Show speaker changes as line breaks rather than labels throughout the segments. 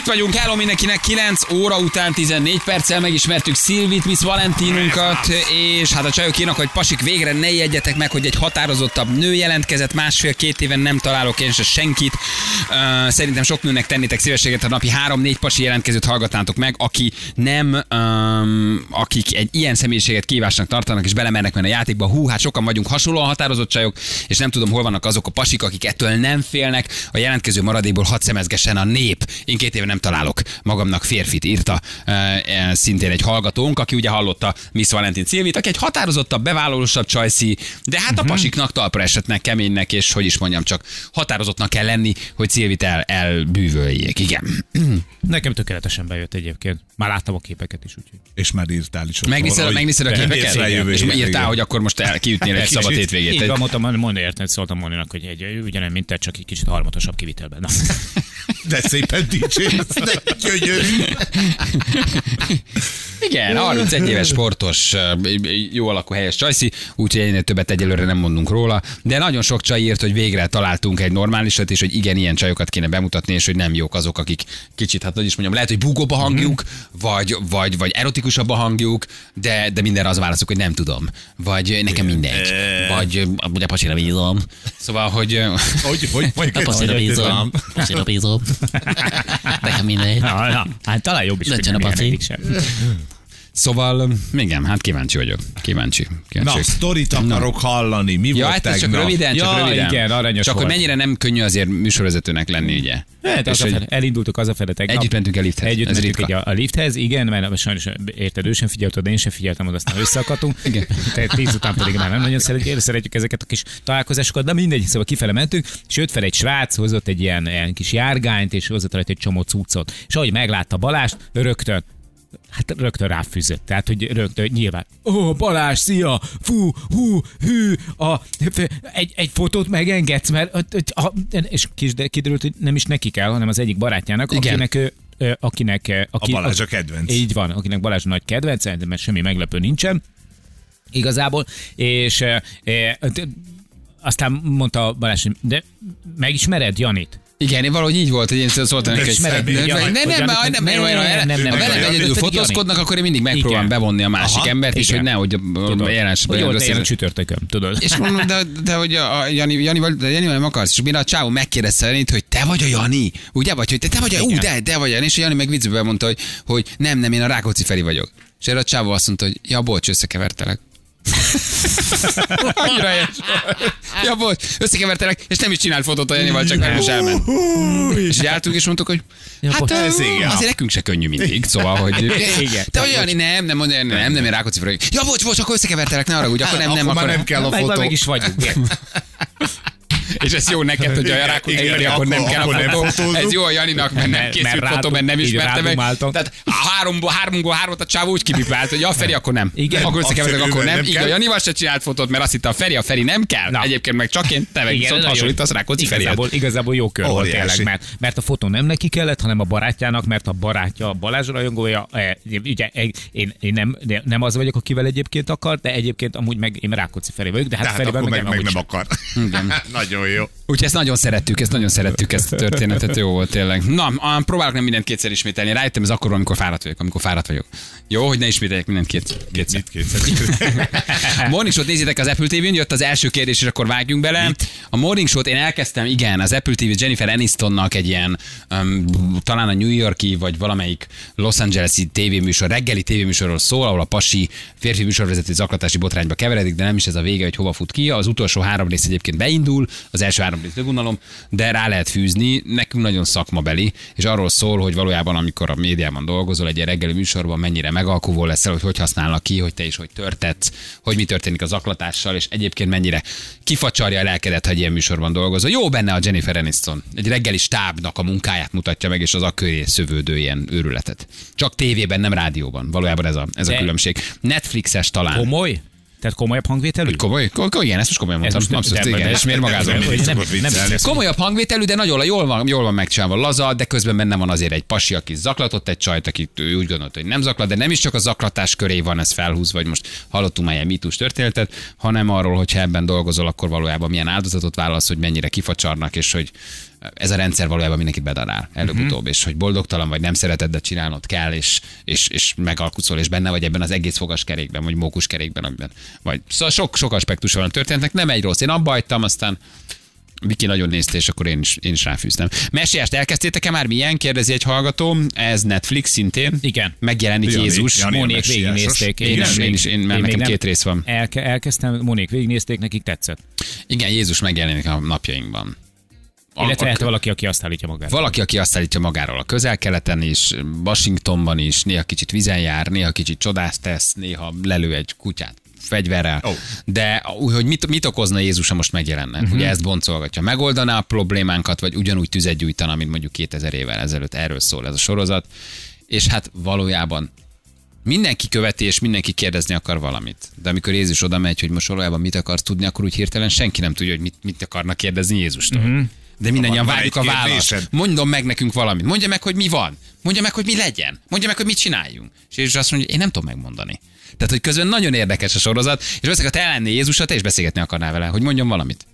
Itt vagyunk, hello mindenkinek, 9 óra után 14 perccel megismertük Szilvit, Miss Valentinunkat, és hát a csajok írnak, hogy pasik végre ne jegyetek meg, hogy egy határozottabb nő jelentkezett, másfél-két éven nem találok én se senkit. Uh, szerintem sok nőnek tennétek szívességet, ha napi 3-4 pasi jelentkezőt hallgatnátok meg, aki nem, um, akik egy ilyen személyiséget kívásnak tartanak, és belemernek menni a játékba. Hú, hát sokan vagyunk hasonlóan határozott csajok, és nem tudom, hol vannak azok a pasik, akik ettől nem félnek. A jelentkező maradékból hat szemezgessen a nép. Én két éve nem találok magamnak férfit, írta e, e, szintén egy hallgatónk, aki ugye hallotta Miss Valentin Szilvit, aki egy határozottabb, bevállalósabb csajszi, de hát
Mhm.
a pasiknak talpra esetnek, keménynek, és hogy is mondjam, csak határozottnak kell lenni, hogy Szilvit el, elbűvöljék. Igen.
Nekem tökéletesen bejött egyébként. Már láttam a képeket is, úgyhogy.
És már írtál is. ott
Megnézed,
róla, hogy
megnézed a
te
képeket?
jössz eljövő
És
hétvégén.
írtál, hogy akkor most el, kiütnél egy szabad hétvégét.
Így
Egy-
van, mondtam, mondom, érted, szóltam Moninak, hogy egy, ugyanem, mint te, csak egy kicsit harmatosabb kivitelben. Na.
De szépen dicsérsz, de gyönyörű.
Igen, 31 éves sportos, jó alakú helyes csajszi, úgyhogy ennél többet egyelőre nem mondunk róla. De nagyon sok csaj írt, hogy végre találtunk egy normálisat, és hogy igen, ilyen csajokat kéne bemutatni, és hogy nem jók azok, akik kicsit, hát hogy is mondjam, lehet, hogy búgóbb a hangjuk, vagy, vagy, vagy erotikusabb a hangjuk, de, de mindenre az válaszok, hogy nem tudom. Vagy nekem mindegy. Vagy ugye pasira bízom. Szóval, hogy...
Hogy, hogy, hogy,
A pasira bízom, pasira bízom. Nekem mindegy.
Na, na, hát talán jobb is, hogy
Döntsön
nem
a paci.
jelentik sem.
Szóval, igen, hát kíváncsi vagyok. Kíváncsi. kíváncsi.
Na, sztorit akarok hallani. Mi
Ja,
volt
hát ez
tegnap?
csak röviden, csak
Ja,
röviden.
igen, aranyos
Csak hogy
volt.
mennyire nem könnyű azért műsorvezetőnek lenni, ugye?
Hát,
És
azafele,
hogy
elindultuk hazafele tegnap.
Együtt mentünk el lifthez,
Együtt
ez
mentünk
ritka.
így a, a lifthez, igen, mert sajnos érted, ő sem figyelt oda, én sem figyeltem oda, aztán összeakadtunk.
Igen.
Tehát tíz után pedig már nem nagyon szeretjük, szeretjük ezeket a kis találkozásokat, de mindegy, szóval kifele mentünk, és jött fel egy srác, hozott egy ilyen, ilyen kis járgányt, és hozott rajta egy csomó cuccot. És ahogy meglátta Balást, rögtön Hát rögtön ráfűzött, tehát hogy rögtön nyilván. Ó, oh, Balázs, szia, fú, hú, hű, a, egy, egy fotót megengedsz, mert a, a, és kis, de kiderült, hogy nem is neki kell, hanem az egyik barátjának,
Igen.
Igen. akinek ő- ö, akinek, ö, aki,
Balázs a kedvenc.
Így van, akinek Balázs a nagy kedvence, de mert semmi meglepő nincsen igazából, és ö, ö, ö, aztán mondta Balázs, hogy de megismered Janit?
Igen, én valahogy így volt, hogy én szóltam neki, hogy
Ismered
nem,
még
nem,
Janit,
nem, nem,
vagy
nem,
Janit?
nem, nem, nem, nem, nem, ha
nem,
velem
nem,
egyedül
pedig
fotózkodnak, akkor én mindig megpróbálom
Igen.
bevonni a másik
Aha,
embert, és
igen.
hogy nehogy a- a
Hogy
jelensben
volt én a
beszélni.
csütörtökön, tudod?
És mondom, de, de hogy a, a Jani, Janival, de Janival nem akarsz. És mire a csávó megkérdezte Janit, hogy te vagy a Jani, ugye? Vagy hogy te, te vagy a, ú,
Igen.
de, de vagy a Jani. És a Jani meg viccből mondta, hogy, hogy nem, nem, én a Rákóczi Feri vagyok. És erre a csávó azt mondta, hogy ja, bocs, összekevertelek. Annyira helyes volt. Ja, bocs, összekevertelek, és nem is csinált fotót a Janival, csak nem is elment. És így álltunk és mondtuk, hogy hát
bocs.
ö,
Ez igen.
azért nekünk se könnyű mindig, szóval, hogy
Igen.
te vagy a Jani, nem, nem, mondja, nem, nem, én Rákóczi Feri vagyok. Ja, bocs, bocs, akkor összekevertelek, ne haragudj, akkor nem, nem,
akkor már
akkor
nem kell a
Meg,
fotó.
meg is vagyunk. igen.
És ez jó neked, hogy a
Igen,
rákot
igen,
elérni, akkor
akkor-
nem kell
akkor nem
a fotó.
fotózunk.
Ez jó a Janinak, mert nem
Mert- mert
készült fotó,
rátunk-
mert nem
így
ismerte meg.
rádumáltak.
Tehát a háromból, háromból hármat a csávó úgy kipipált, hogy a Feri akkor nem.
Igen,
Akkor összekevertek,
abszolút
akkor
nem
nem. Így
kell.
a Janival se csinált fotót, mert azt hitte a Feri, a Feri nem kell.
Na.
Egyébként meg csak én, te meg
Igen,
viszont
nagyon-
hasonlítasz Rákóczi Ferihez.
Igazából, igazából jó kör volt
Óriási.
tényleg, mert, mert a fotó nem neki kellett, hanem a barátjának, mert a barátja a Balázs rajongója. E, ugye, e, én, én nem, nem az vagyok, akivel egyébként akar, de egyébként amúgy meg én Rákóczi Feri vagyok, de hát,
De hát
Ferivel
akkor meg, meg
amúgy
nem
sem.
akar. Nagyon jó.
Úgyhogy ezt nagyon szerettük, ezt nagyon szerettük, ezt a történetet jó volt tényleg. Na, á, próbálok nem mindent kétszer ismételni. Rájöttem, ez akkor, amikor fáradt vagyok, amikor fáradt vagyok. Jó, hogy ne ismételjek mindent kétszer. kétszer.
Mit kétszer?
A Morning Show-t nézzétek az Apple TV-n, jött az első kérdés, és akkor vágjunk bele. A Morning Show-t én elkezdtem, igen, az Apple TV Jennifer Anistonnak egy ilyen, um, talán a New Yorki, vagy valamelyik Los Angeles-i tévéműsor, reggeli tévéműsorról szól, ahol a pasi férfi műsorvezető zaklatási botrányba keveredik, de nem is ez a vége, hogy hova fut ki. Az utolsó három rész egyébként beindul, az első három rész megunalom, de rá lehet fűzni, nekünk nagyon szakmabeli, és arról szól, hogy valójában amikor a médiában dolgozol, egy ilyen reggeli műsorban mennyire megalkuvó leszel, hogy hogy használnak ki, hogy te is hogy törtetsz, hogy mi történik az zaklatással, és egyébként mennyire kifacsarja a lelkedet, ha egy ilyen műsorban dolgozol. Jó benne a Jennifer Aniston. Egy reggeli stábnak a munkáját mutatja meg, és az a köré szövődő ilyen őrületet. Csak tévében, nem rádióban. Valójában ez a, ez a
De-
különbség. Netflixes talán.
Komoly? Tehát komolyabb hangvételű?
Komoly? Komoly? Igen, ezt most komolyan mondtam.
most
Hát Abszolút,
nem- nem-
igen,
nem-
és miért
nem-
magázom?
nem- nem-
Szokott
nem-
viccelni.
nem-
Komolyabb hangvételű, de nagyon jól van, jól van megcsinálva, laza, de közben benne van azért egy pasi, aki zaklatott egy csajt, aki ő úgy gondolta, hogy nem zaklat, de nem is csak a zaklatás köré van ez felhúzva, vagy most hallottunk már ilyen mítus történetet, hanem arról, hogyha ebben dolgozol, akkor valójában milyen áldozatot válasz, hogy mennyire kifacsarnak, és hogy ez a rendszer valójában mindenkit bedarál előbb-utóbb, és hogy boldogtalan vagy nem szereted, de csinálnod kell, és, és, és megalkucol, és benne vagy ebben az egész fogaskerékben, vagy mókuskerékben, amiben vagy. Szóval sok, sok aspektus van a történetnek, nem egy rossz. Én abba hagytam, aztán Viki nagyon nézte, és akkor én is, én is ráfűztem. Mesélyást elkezdtétek-e már? Milyen? Kérdezi egy hallgató. Ez Netflix szintén.
Igen.
Megjelenik
Jani,
Jézus.
Jani. Milyen
Monék
messiásos?
végignézték.
Én
nem,
is, én is, én, már
még
nekem
nem.
két rész van.
Elke, elkezdtem, Monék végignézték, nekik tetszett.
Igen, Jézus megjelenik a napjainkban. A-
Illetve
a-
lehet valaki, aki azt állítja magát.
Valaki, aki azt állítja magáról a közel-keleten is, Washingtonban is, néha kicsit vizen jár, néha kicsit csodászt tesz, néha lelő egy kutyát fegyverrel,
Ó.
oh. de úgy, hogy mit, mit okozna Jézus, ha most megjelenne? Uh-huh. Ugye ezt boncolgatja. Megoldaná a problémánkat, vagy ugyanúgy tüzet gyújtana, mint mondjuk 2000 évvel ezelőtt. Erről szól ez a sorozat. És hát valójában mindenki követi, és mindenki kérdezni akar valamit. De amikor Jézus oda megy, hogy most valójában mit akarsz tudni, akkor úgy hirtelen senki nem tudja, hogy mit, mit akarnak kérdezni Jézustól. Mm-hmm. De mindannyian
Mhm. Van- van
várjuk a
egy
választ.
kérdésed?
Mondom meg nekünk valamit. Mondja meg, hogy mi van. Mondja meg, hogy mi legyen. Mondja meg, hogy mit csináljunk. És Jézus azt mondja, hogy én nem tudom megmondani. Tehát, hogy közben nagyon érdekes a sorozat, és valószínűleg, ha te lennél Jézusra, te is beszélgetni akarnál vele, hogy mondjon valamit.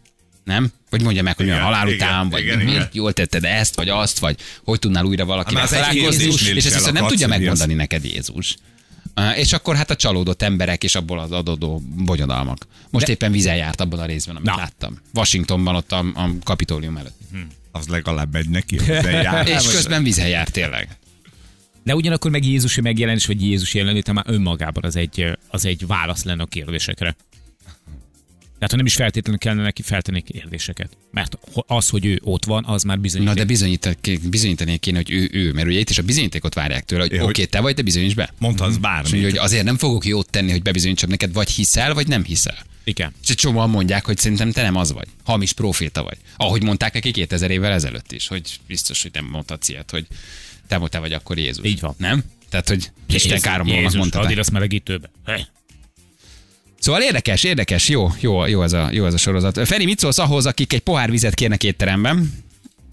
Nem? Vagy mondja meg, hogy mi a
Igen,
halál
igen,
után, vagy
igen,
igen,
igen.
jól tetted ezt, vagy azt, vagy hogy tudnál újra valakivel
Hát már az egy
találkozni,
kérdésnél
és
is
ezt viszont nem
elakadsz,
tudja
hogy mi az.
megmondani neked Jézus. Uh, És akkor hát a csalódott emberek és abból az adódó bonyodalmak. Most De... éppen vizen járt abban a részben, amit Na. láttam. Washingtonban, ott a, a kapitólium előtt.
Az legalább megy neki, de jár.
és közben vizen járt tényleg.
De ugyanakkor meg Jézus megjelenés, vagy Jézus jelenléte már önmagában az egy, az egy válasz lenne a kérdésekre. Tehát, ha nem is feltétlenül kellene neki feltenni kérdéseket. Mert az, hogy ő ott van, az már bizonyít.
Na de bizonyítani, bizonyítani kéne, hogy ő, ő, mert ugye itt is a bizonyítékot várják tőle, hogy
Ja,
oké,
hogy-
okay, te vagy, te bizonyíts be.
Mondhatsz
És mondja,
bármit.
hogy azért nem fogok jót tenni, hogy bebizonyítsam neked, vagy hiszel, vagy nem hiszel.
Igen.
És egy csomóan mondják, hogy szerintem te nem az vagy. Hamis proféta vagy. Ahogy mondták neki 2000 évvel ezelőtt is, hogy biztos, hogy nem mondhatsz ilyet, hogy te, te vagy akkor Jézus.
Így van.
Nem? Tehát, hogy Isten káromolnak mondta.
Jézus, az melegítőbe. Hey.
Szóval érdekes, érdekes, jó, jó, jó, ez a, jó ez a sorozat. Feri, mit szólsz ahhoz, akik egy pohár vizet kérnek étteremben?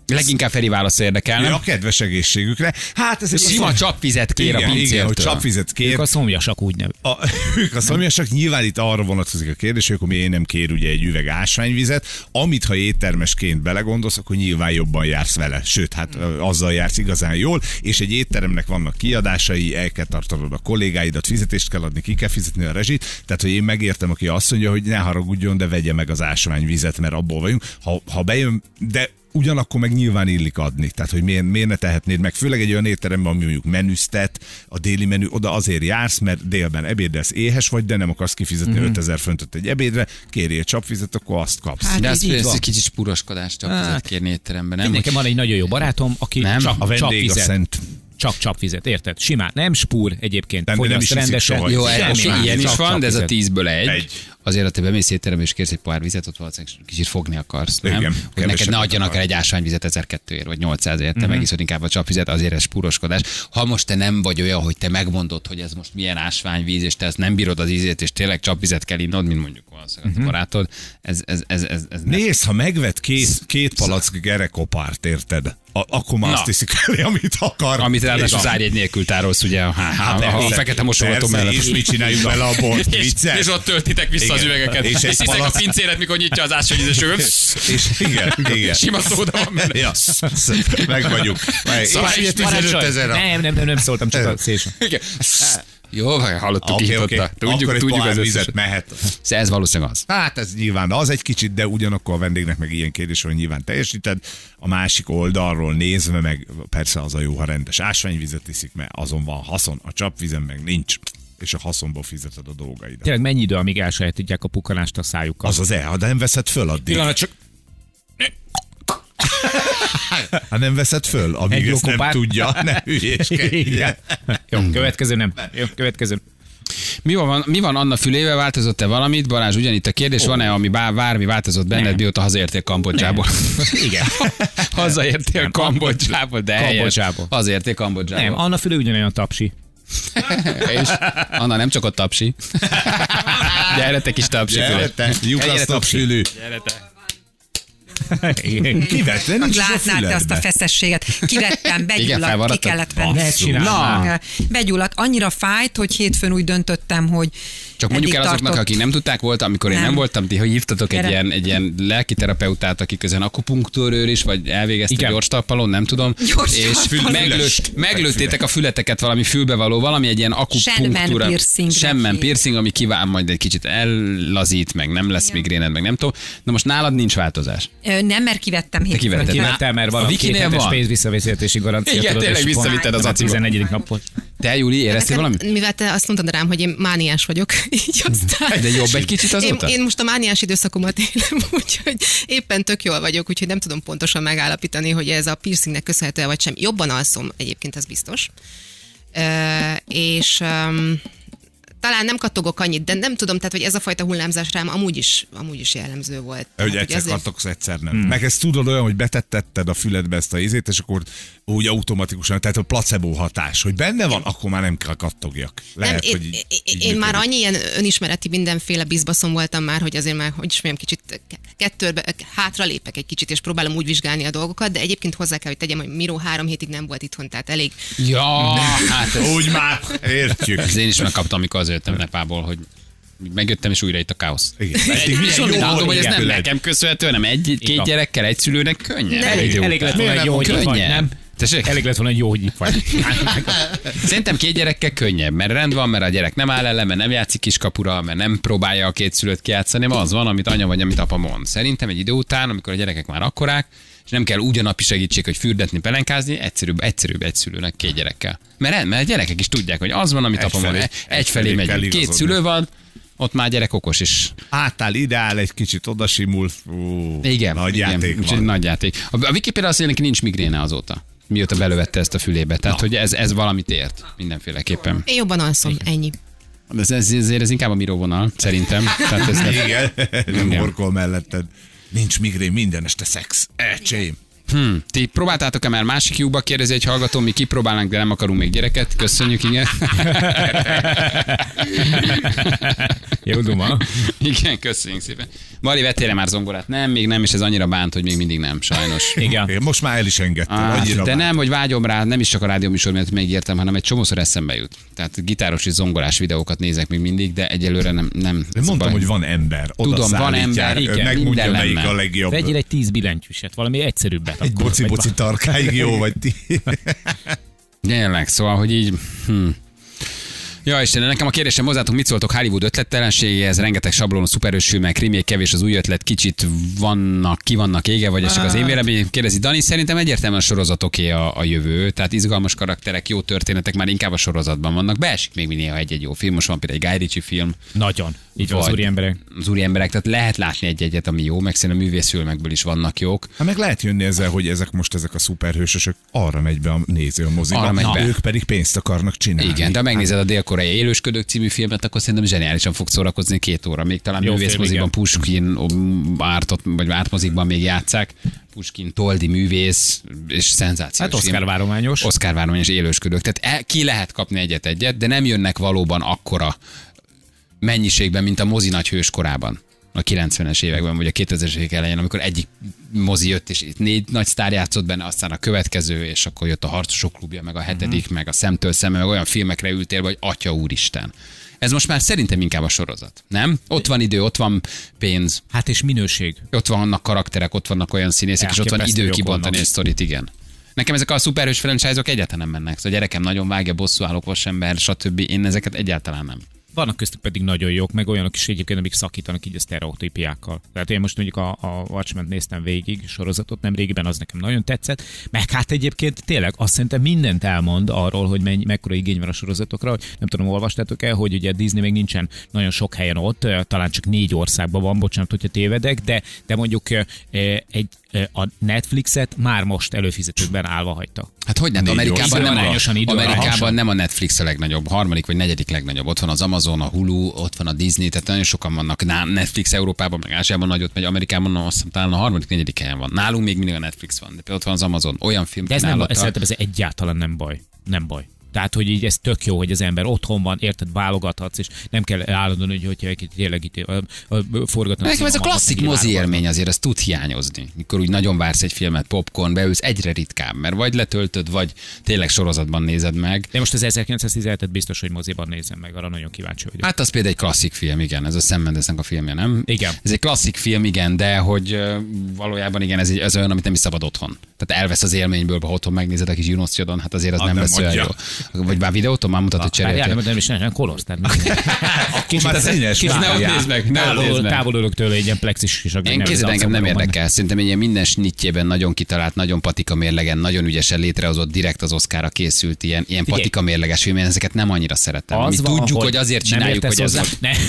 Leginkább Feri válasz érdekelne.
Ja, kedves egészségükre. Hát ez egy
Sima csapvizet kér a
igen, igen,
pincértől.
hogy csapvizet kér.
Ők a szomjasak úgy nev.
A, ők a szomjasak, nyilván itt arra vonatkozik a kérdés, hogy akkor miért nem kér ugye egy üveg ásványvizet, amit ha éttermesként belegondolsz, akkor nyilván jobban jársz vele. Sőt, hát ö, azzal jársz igazán jól, és egy étteremnek vannak kiadásai, el kell tartanod a kollégáidat, fizetést kell adni, ki kell fizetni a rezsit. Tehát, hogy én megértem, aki azt mondja, hogy ne haragudjon, de vegye meg az ásványvizet, mert abból vagyunk. Ha, ha bejön, de ugyanakkor meg nyilván illik adni. Tehát, hogy miért, miért ne tehetnéd meg, főleg egy olyan étteremben, ami mondjuk menüztet, a déli menü, oda azért jársz, mert délben ebédelsz, éhes vagy, de nem akarsz
Mhm.
kifizetni mm-hmm. 5000 fontot egy ebédre, kérjél csapvizet, akkor azt kapsz. Hát,
De
így-
azt
így
mondja,
van.
hogy kicsit spúroskodást csapvizet kérni étteremben, nem?
Hát, Nekem van egy nagyon jó barátom, aki
Nem,
nem, csak,
a vendég a
csak fizet.
szent.
Csak csapvizet, érted? Simán. Nem spúr egyébként.
Nem, de nem
fogyaszt
is iszik
rendesen.
soha.
Jó,
Semmi
el, oké,
más,
ilyen is
csak
van, de ez a
csapvizet.
tízből egy.
Egy.
Azért, ha te bemész étterembe és kérsz egy pohár vizet, ott valószínűleg kicsit fogni akarsz, nem?
Igen,
hogy neked
kevesebbet Mhm.
ne adjanak el
akar.
egy ásványvizet 1200ért, vagy 800ért, te megiszod inkább a csapvizet, azért ez spúroskodás. Ha most te nem vagy olyan, hogy te megmondod, hogy ez most milyen ásványvíz, és te ezt nem bírod az ízét, és tényleg csapvizet kell innod, mint mondjuk valószínűleg
Mhm.
a barátod, ez, ez, ez, ez, ez ne.
Nézd, ha megved két, két palack gerekopárt, érted? A, akkor már
Na.
azt hiszik elé, amit akar.
Amit ráadásul
Igen.
zárjegy nélkül tárolsz, ugye a, a, a, a
hát persze.
fekete mosogató
Persze,
mellett.
És mit csináljuk vele a bort?
és,
Vicces.
és ott töltitek vissza
Igen.
az üvegeket.
És
És,
egy
és hiszik a
palack-
pincéret, mikor nyitja az ásványvizes
És igen, igen.
Sima szóda van benne.
Ja, meg vagyunk.
Szóval
És ugye
Istenem,
15 ezer a
Nem, nem, nem, nem szóltam, csak a szélső.
Igen. Jó, vagy hallottuk, okay,
Oké, oké.
kinyitotta. Tudjuk,
Akkor egy
tudjuk az
pohár
összes.
vizet mehet.
Szóval Ez valószínűleg az.
Hát ez nyilván az egy kicsit, de ugyanakkor a vendégnek meg ilyen kérdés, hogy nyilván teljesíted. A másik oldalról nézve meg persze az a jó, ha rendes ásványvizet iszik, mert azon van haszon, a csapvizen meg nincs és a haszonból fizeted a dolgaidat.
Tényleg mennyi idő, amíg elsajátítják a pukanást a szájukkal?
Az az e, ha nem veszed föl addig.
Pillanat, csak
Ha nem veszed föl, amíg
Egy
ezt nem
lokopár.
tudja, ne
Igen.
hülyéskedj.
Jó, következő nem. Jó, következő.
Mi van, mi van Anna fülével? Változott-e valamit? Balázs, ugyanitt a kérdés, oh. van-e, ami bár, bármi változott benned,
Nem.
mióta hazaértél Kambodzsából?
Igen.
hazaértél
Nem.
Kambodzsából, de helyes.
Kambodzsából.
Hazaértél Kambodzsából.
Nem, Anna Fülő ugyanolyan tapsi.
És Anna nem csak ott tapsi. Gyere, te kis tapsi.
Gyere,
Füle.
te, lyukasztabb fülű.
Igen.
Kivette, nincs is a
Látnád te azt a
füledbe.
feszességet. Kivettem, begyulladt, ki
felmaradtad?
kellett
Basszus.
venni.
Lehet csinálni.
Na. Begyulladt. Annyira fájt, hogy hétfőn úgy döntöttem, hogy
Csak Csak mondjuk el
Eddig
azoknak,
tartott.
akik nem tudták, volt, amikor én nem,
Nem.
voltam, ti hogy hívtatok egy
Gyere.
ilyen, egy ilyen lelkiterapeutát, aki közben akupunktúrőr is, vagy elvégezte
Igen.
Igen. gyors tappalon, nem tudom.
Gyors
és fül,
tappalon.
Füles.
meglőtt, meglőttétek a fületeket valami fülbevaló, valami egy ilyen akupunktúra.
Semmen piercing.
Semmen
Neki.
piercing, ami kíván majd egy kicsit ellazít, meg nem lesz migréned, meg nem tudom. Na most nálad nincs változás.
Ö, Nem, mert kivettem hétfőn.
kivetted.
Kivettem, mert van
A
a
Wikinél
kéthetes
van.
pénz visszavizetési garancia.
Igen,
tudod,
tényleg
és pont
visszavitted az
a
aciba.
14. napon.
Te, Júli, éreztél
Hát,
valamit?
Mivel te azt mondtad rám, hogy én mániás vagyok, így aztán...
De jobb egy kicsit
Én,
azóta?
én most a mániás időszakomat élem, úgyhogy éppen tök jól vagyok, úgyhogy nem tudom pontosan megállapítani, hogy ez a piercingnek köszönhető vagy sem. Jobban alszom egyébként, ez biztos. Ö, és öm, talán nem kattogok annyit, de nem tudom, tehát hogy ez a fajta hullámzás rám amúgy is, amúgy is jellemző volt.
Hogy
Hát,
egyszer
azért-
kattogsz, egyszer nem. Hmm. Meg ezt tudod olyan, hogy betettetted a füledbe ezt a ízét, és akkor úgy automatikusan, tehát a placebo hatás, hogy benne van, akkor már nem kell kattogjak. Lehet,
nem,
hogy
én,
így,
én,
így
én már
működik.
annyi ilyen önismereti mindenféle bizbaszom voltam már, hogy azért már, hogy is mondjam, kicsit ke- kettőrbe, hátra lépek egy kicsit, és próbálom úgy vizsgálni a dolgokat, de egyébként hozzá kell, hogy tegyem, hogy Miró három hétig nem volt itthon, tehát elég.
Ja, hát ez...
Úgy már értjöm.
Ez én is megkaptam, amikor az jöttem Nepából, hogy megjöttem, és újra itt a káosz.
Igen.
Eddig mi
Jó
Látom,
volt,
hogy ez nem
igen.
nekem köszönhető, hanem egy, két
van.
gyerekkel, egy szülőnek könnyen. Elég jó.
Elég lett volna,
Miért
hogy
nem
jó, hogy itt vagy,
Könnyen.
nem?
Tessék?
Elég lett volna, hogy jó, hogy itt vagy.
Szerintem két gyerekkel könnyebb, mert rend van, mert a gyerek nem áll ellen, mert nem játszik kiskapura, mert nem próbálja a két szülőt kiátszani, mert az van, amit anya vagy, amit apa mond. Szerintem egy idő után, amikor a gyerekek már akkorák, és nem kell úgy a napi segítség, hogy fürdetni, pelenkázni, egyszerűbb, egyszerűbb egy szülőnek két gyerekkel. Mert, rend- mert a gyerekek is tudják, hogy az van, amit apa
Egyfelé-
mond.
egyfelé
Egyfelé
kell
megyünk. Két
igazodni.
szülő van, ott már gyerek okos, és
Átáll, ideál, egy kicsit odasimul. Ú,
igen,
Nagy
igen,
játék
Úgyhogy
van.
nagy játék. A, a Wiki például azt mondja, neki nincs migréne azóta, mióta belövette ezt a fülébe. Tehát, hogy ez, ez valamit ért mindenféleképpen.
Én jobban alszom, ennyi.
Ez, ez, ezért ez inkább a Miró vonal, szerintem. Tehát ez nem.
Igen, nem
Igen.
horkol melletted. Nincs migrén, minden este szex. Ecsém.
Hm. Ti próbáltátok-e már másik lyukba kérdezi egy hallgató, mi kipróbálnánk, de nem akarunk még gyereket. Köszönjük, igen.
Jó duma.
igen, köszönjük szépen. Mari, vettél már zongorát? Nem, még nem, és ez annyira bánt, hogy még mindig nem, sajnos.
Igen.
Én most már el is engedtem.
Á, hát
annyira
de
már.
nem, hogy vágyom rá, nem is csak a rádióműsor miatt megértem, hanem egy csomószor eszembe jut. Tehát gitáros és zongorás videókat nézek még mindig, de egyelőre nem. nem
De mondtam, hogy van ember. Oda
Szóval Tudom, van
szállítják,
ember,
ő
igen,
Megmondja,
minden
melyik
lenne.
a legjobb.
Vegyél egy tíz billentyűset, valami egyszerűbbet.
Egy
akkor, vagy
boci-boci tarkáig jó vagy ti.
Tényleg, szóval, hogy így... Hm. Ja, Istenem, nekem a kérdésem hozzátok, mit szóltok Hollywood ötlettelenségéhez, rengeteg sablon, a szuperős filmek, remake kevés, az új ötlet kicsit vannak, ki vannak ége, vagy ez csak az én véleményem? Kérdezi Dani, szerintem egyértelműen a sorozatoké a, a, jövő, tehát izgalmas karakterek, jó történetek már inkább a sorozatban vannak, beesik még néha egy-egy jó film, most van például egy Guy Ritchie film,
Nagyon. Így van az
Vagy.
úri emberek.
az úri emberek, tehát lehet látni egy-egyet, ami jó, meg szerintem művészfilmekből is vannak jók.
Hát meg lehet jönni ezzel, hogy ezek most ezek a szuperhősösök arra megy be a néző a moziba,
Arra megy
Na,
be.
ők pedig pénzt akarnak csinálni.
Igen, de ha megnézed a dél-koreai élősködők című filmet, akkor szerintem zseniálisan fog szórakozni két óra. Még talán
Jó film,
művészmoziban, Puskin ó, ártott, vagy ártmozikban még játszák. Puskin, Toldi művész, és szenzációs
Hát Oscar várományos.
Oscar várományos élősködők. Tehát el, ki lehet kapni egyet-egyet, de nem jönnek valóban akkora mennyiségben, mint a mozi nagy hős korában a 90-es években, vagy a 2000-es évek elején, amikor egyik mozi jött, és itt négy nagy sztár játszott benne, aztán a következő, és akkor jött a Harcosok klubja, meg a hetedik, mm-hmm. meg a Szemtől szembe, meg olyan filmekre ültél, vagy Atya úristen. Ez most már szerintem inkább a sorozat, nem? Ott van idő, ott van pénz,
Hát és minőség.
ott vannak karakterek, ott vannak olyan színészek, és ott van
Elképesztő
idő
jók
kibontani
vannak.
egy sztorit, igen. Nekem ezek a szuperhős franchise-ok egyáltalán nem mennek. Szóval a gyerekem nagyon vágja, bosszú állok, vasember, stb. Én ezeket egyáltalán nem.
Vannak köztük pedig nagyon jók, meg olyanok is egyébként, amik szakítanak így a sztereotípiákkal. Tehát én most mondjuk a, a Watchmen néztem végig, sorozatot nem régiben, az nekem nagyon tetszett. Meg hát egyébként tényleg azt szerintem mindent elmond arról, hogy mennyi, mekkora igény van a sorozatokra. Hogy nem tudom, olvastátok el, hogy ugye Disney még nincsen nagyon sok helyen ott, eh, talán csak négy országban van, bocsánat, hogyha tévedek, de, de mondjuk eh, eh, egy, eh, a Netflixet már most előfizetőkben állva hagyta.
Hát hogy nem?
Négy
Amerikában
ország.
nem, a,
Időarányosan, időarányosan.
Amerikában nem a Netflix a legnagyobb, harmadik vagy negyedik legnagyobb. Ott van az Amazon, a Hulu, ott van a Disney, tehát nagyon sokan vannak. Ná- Netflix Európában, meg Ázsiában nagyot megy, Amerikában azt hiszem talán a harmadik, negyedik helyen van. Nálunk még mindig a Netflix van, de például ott van az Amazon. Olyan film
De ez, nem, ez,
kínálattal-
szerintem ez egyáltalán nem baj. Nem baj. Tehát, hogy így ez tök jó, hogy az ember otthon van, érted, válogathatsz, és nem kell állandóan, hogy, hogyha egy tényleg itt ö, ö, ö, forgatnak.
Nekem ez a
színházat,
klasszik
így
mozi
válogatnak.
élmény azért, ez tud hiányozni. Mikor úgy nagyon vársz egy filmet, popcorn, beülsz, egyre ritkább, mert vagy letöltöd, vagy tényleg sorozatban nézed meg.
De most az 1917-et biztos, hogy moziban nézem meg, arra nagyon kíváncsi vagyok.
Hát az például egy klasszik film, igen, ez a Sam Mendesnek a filmje, nem?
Igen.
Ez egy klasszik film, igen, de hogy ö, valójában igen, ez, egy, ez olyan, amit nem is szabad otthon. Tehát elvesz az élményből, ha otthon megnézed a kis Junoszjodon, hát azért az
Ah,
nem
nem
lesz olyan jó.
adja.
Vagy már videóton már mutat, hogy
Várjál,
cseréltél.
nem, nem is nem, nem kolorsz, tehát
már színes
kicsit
már.
Ne
távol-
nézd meg, ne nézd
távol,
meg.
távolodok tőle egy ilyen plexis kis
Én kézben engem nem
szóval
érdekel. Szerintem egy ilyen minden snitjében nagyon kitalált, nagyon patika mérlegen, nagyon ügyesen létrehozott, direkt az Oszkára készült ilyen, ilyen
Figyelj.
patika mérleges film, én ezeket nem annyira szeretem. Mi
van,
tudjuk, hogy azért
nem
csináljuk,
értesz
hogy ez
hozzá.
most...
Ne.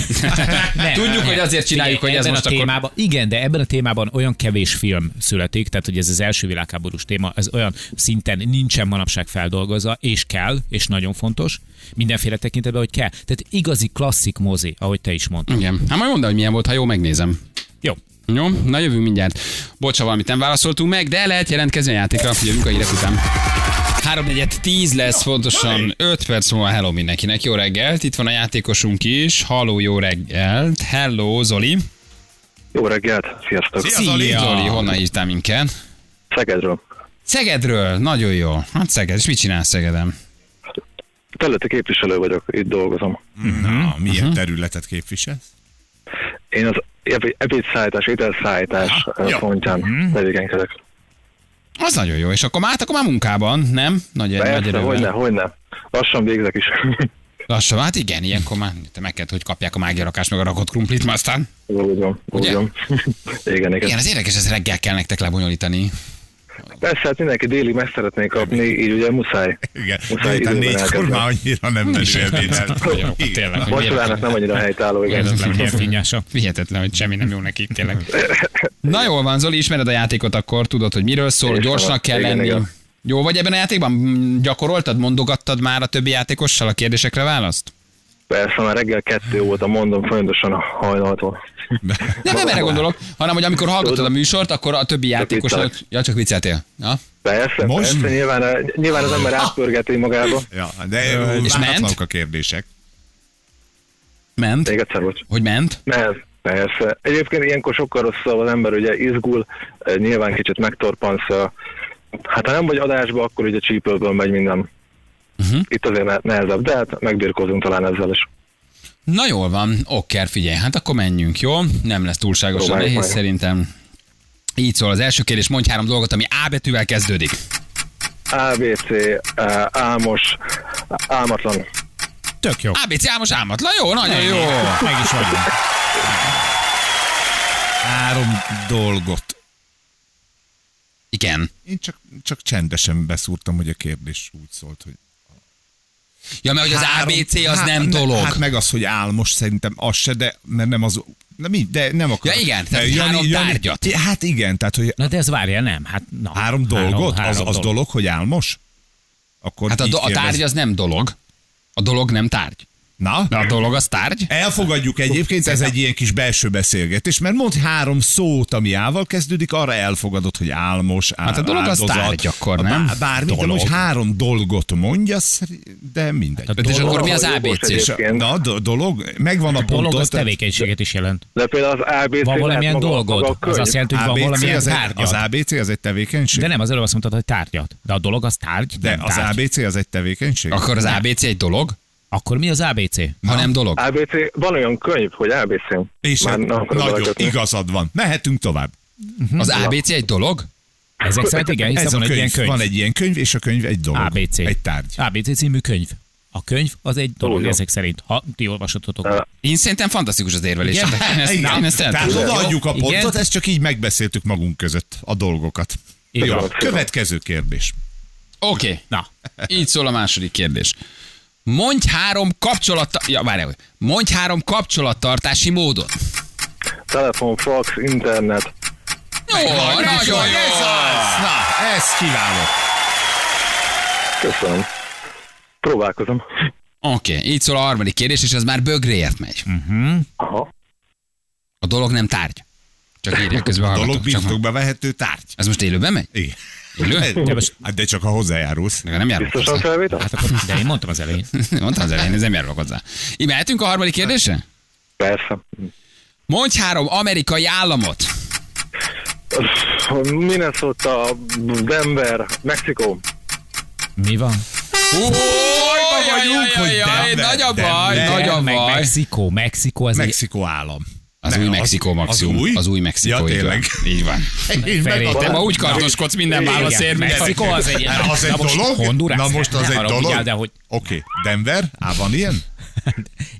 Nem,
Tudjuk, hogy azért csináljuk, hogy ez
ebben
most
a
akkor-
témában, Igen, de ebben a témában olyan kevés film születik, tehát hogy ez az első világháborús téma, ez olyan szinten nincsen manapság feldolgozva, és kell, és nagyon fontos, mindenféle tekintetben, hogy kell. Tehát igazi klasszik mozi, ahogy te is mondtad.
Igen. Hát majd mondd, hogy milyen volt, ha jó, megnézem.
Jó.
Jó, na jövünk mindjárt. Bocs, ha valamit nem válaszoltunk meg, de lehet jelentkezni a játékra. Jövünk a hírek után. 3 10 lesz pontosan 5 perc múlva. Hello mindenkinek, jó reggelt. Itt van a játékosunk is. Halló, jó reggelt. Hello, Zoli.
Jó reggelt, sziasztok!
Szia, Zoli.
Zoli, honnan hívtál minket?
Szegedről.
Szegedről, nagyon jó. Hát Szeged, és mit csinálsz Szegeden?
Területi képviselő vagyok, itt dolgozom.
Na, Mhm.
mhm.
milyen területet képvisel?
Én az ev- ebédszállítás, ételszállítás
Ja,
eh,
jó.
pontján tevékenykedek.
Az nagyon jó, és akkor már, hát akkor már munkában, nem? Nagy, nagy
Persze,
erővel.
hogyne, hogyne. Lassan végzek is.
Lassan, hát igen, ilyenkor már te meg kell, hogy kapják a mágiarakást meg a rakott krumplit, már aztán.
úgy van,
Ugye?
úgy van.
Igen,
igen, igen.
ez érdekes, ez reggel kell nektek lebonyolítani.
Persze, hát mindenki déli meg szeretné kapni, így ugye muszáj.
Igen,
Muszáj
de
időben
négykor
elkezdeni.
már annyira nem menő ebédet.
Nagyon, Hm. hát tényleg, hogy
Vacsorának
miért-
nem annyira helytálló, igen.
Hihetetlen, milyen finnyása.
Hihetetlen, hogy semmi nem jó neki, tényleg. Na jól van, Zoli, ismered a játékot, akkor tudod, hogy miről szól,
Én is
gyorsnak kell
tudom. Igen,
lenni.
igen.
Jó vagy ebben a játékban? Mm, Gyakoroltad, mondogattad már a többi játékossal a kérdésekre választ?
Persze, már reggel kettő volt, a mondom folyamatosan a hajnaltól.
Nem, nem erre gondolok, hanem hogy amikor hallgatod a műsort, akkor a többi játékosnak...
viccelek.
Ja, csak vicceltél. Ja?
Persze,
Most?
persze, nyilván, a- nyilván az ember átpörgeti magába.
Ja, de
és ment?
váratlanok a kérdések.
Ment?
Még egyszer volt.
Hogy ment?
Nem, persze. Egyébként ilyenkor sokkal rosszabb az ember, ugye izgul, eh, nyilván kicsit megtorpansz. eh, Hát ha nem vagy adásba, akkor ugye csípőből megy minden.
Mhm.
Uh-huh. Itt azért ne- nehezebb, de hát megbirkózunk talán ezzel is.
Na jól van, okker, figyelj, hát akkor menjünk, jó? Nem lesz túlságosan
Próbáljuk
nehéz
meg.
szerintem. Így szól az első kérdés, mondj három dolgot, ami A betűvel kezdődik.
ABC, eh, álmos, álmatlan.
Tök jó.
ABC álmos álmatlan, jó, nagyon jó.
Meg is vagyunk.
Három dolgot.
Igen.
Én csak, csak csendesen beszúrtam, hogy a kérdés úgy szólt, hogy...
Ja, mert hogy az
Három-
ABC az
hát
nem
ne-
dolog.
Hát meg az, hogy álmos szerintem az se, de mert nem az... Na mi, de nem akarok.
Ja, igen, tehát három tárgyat.
Hát igen, tehát hogy
Na de ez várja, nem. Hát, na,
három dolgot, az, az dolog, hogy álmos? Akkor
Hát a,
így
do- a
kérdez-
tárgy az nem dolog. A dolog nem tárgy.
Na?
De a dolog az tárgy?
Elfogadjuk egyébként, ez egy ilyen kis belső beszélgetés, mert mond három szót, ami ával kezdődik, arra elfogadod, hogy álmos, áll,
Hát a dolog az
áldozat,
tárgy akkor,
a
nem?
bá- Bármit, de
Dolog.
most három dolgot mondjasz, de mindegy.
Hát a
De és
dolog-
akkor mi az
Valahogy jogos
ABC?
egyébként.
És a- Na, a dolog, megvan a
dolog az
pontos.
tevékenységet is jelent.
De például az ABC...
Van
hát
valamilyen
maga- maga a
dolgod, az
könyv.
azt jelenti, hogy van
ABC
valamilyen
az, egy,
tárgyad.
az ABC az egy tevékenység?
De
De,
nem, az előbb azt mondtad, hogy tárgyat. De a dolog az tárgy, nem
az
tárgy.
ABC az egy tevékenység?
Akkor az ABC egy dolog,
Akkor mi az ABC?
ha nem
Hát,
dolog.
ABC, van olyan könyv, hogy ABC.
És
Már
hát
nem akarok
nagyon
belekötni.
igazad van. Mehetünk tovább.
Az ABC egy dolog?
Ezek szerint igen, hiszen
Ez a
van egy ilyen
könyv,
könyv.
Van egy ilyen könyv, és a könyv egy dolog.
ABC.
Egy tárgy.
ABC című könyv. A könyv az egy dolog
Ó, jó.
ezek szerint, ha ti olvasatotok. hát
Ö,
Én szerintem fantasztikus az érvelés. Hát,
Igen.
Én ezt,
Igen.
én ezt el
Tehát
tudom.
odaadjuk a
Jó, igen.
pontot, ezt csak így megbeszéltük magunk között, a dolgokat.
Így
Jó,
van.
következő kérdés.
Oké. Okay.
Na,
Így szól a második kérdés. Mondj három kapcsolat... Ja, várjál, hogy mondj három kapcsolattartási módot.
Telefon, fax, internet.
Jó, nagyon jó.
Ez az! Na, ez kiváló.
Köszönöm. Próbálkozom.
Oké, okay. így szól a harmadik kérdés, és ez már bögréért megy.
Hm.
Aha.
A dolog nem tárgy. Csak írják közben
A
hallgatok.
dolog
Csak-
birtokba vehető tárgy.
Ez most élőben megy?
Igen.
Ülő?
De most,
Hát de csak ha hozzájárulsz.
Legalább nem járok
Biztosan
hozzá.
felvétel?
hát akkor, de én mondtam az elején.
Mondtam az elején, ez nem járok hozzá. Így mehetünk a harmadik kérdésre?
Persze.
Mondj három amerikai államot.
Minnesota, Denver, Mexikó.
Mi van?
Bajba
vagyunk, hogy Denver,
Nagy a
Denver.
baj, nagy a
meg
baj.
Mexikó, Mexikó, ez egy
Mexikó állam.
Az
Ne,
új Mexikó maximum.
Az új?
Az új Mexikó.
Ja,
így van.
tényleg.
Így van.
felé.
Te ma úgy kardoskodsz minden válaszért, mint
Mexikó az egy
Na, Hát, az egy
Na most
dolog?
Honduras,
Na most
ne
az egy
haragudjál,
dolog?
de hogy-
Oké, okay. Denver? Á, van ilyen?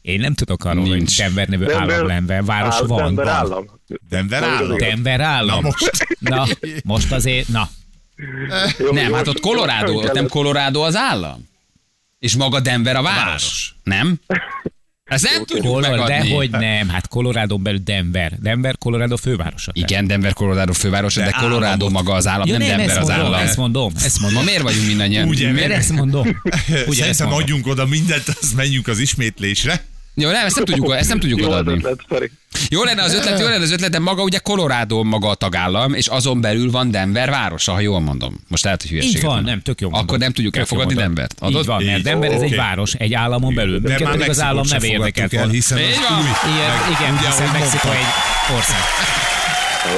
Én nem tudok arról, hogy
Nincs.
Denver nevű állam lenne, város
áll-
van.
Denver
van.
állam.
Denver állam?
Denver állam.
Na most.
Na, most azért, na,
Jó,
Nem,
jó,
hát ott
jó,
Colorado,
jó,
ott nem Colorado az állam. És maga Denver a város.
város.
Nem? Ezt nem tudjuk
Colorado, de hogy
megadni.
nem, hát Colorado belül Denver. Denver, Colorado fővárosa.
Igen, Denver Colorado fővárosa, de
De
Colorado
államot.
maga az állam,
Ja,
nem
nem,
Denver
ezt
az
mondom,
állam.
ezt mondom, ezt
Ma
mondom.
miért vagyunk mindannyian?
Ugye,
Miért
Miért ezt mondom? Ugye ezt
Szerintem
mondom.
adjunk oda mindent, azt menjünk az ismétlésre.
Jó, nem, ezt nem tudjuk, ezt nem tudjuk
jó az
odaadni.
ötlet, Feri.
Jó lenne az ötlet, jó lenne az ötlet, de maga ugye Colorado maga a tagállam, és azon belül van Denver városa, ha jól mondom. Most lehet, hogy hülyeséget
Így van,
mondom.
nem, tök jó.
Akkor nem tudjuk elfogadni
ember.
Denvert.
Így
Adott?
van, mert
Így.
Denver ez egy
Oké.
város, egy államon belül.
De már
Minket az állam
Mexikót sem
neve érdekel.
fogadtuk el,
Igen,
hiszen
Így
az
van.
új.
igen,
Ugye,
hiszen
ahogy
Mexikó
mondtam.
egy ország.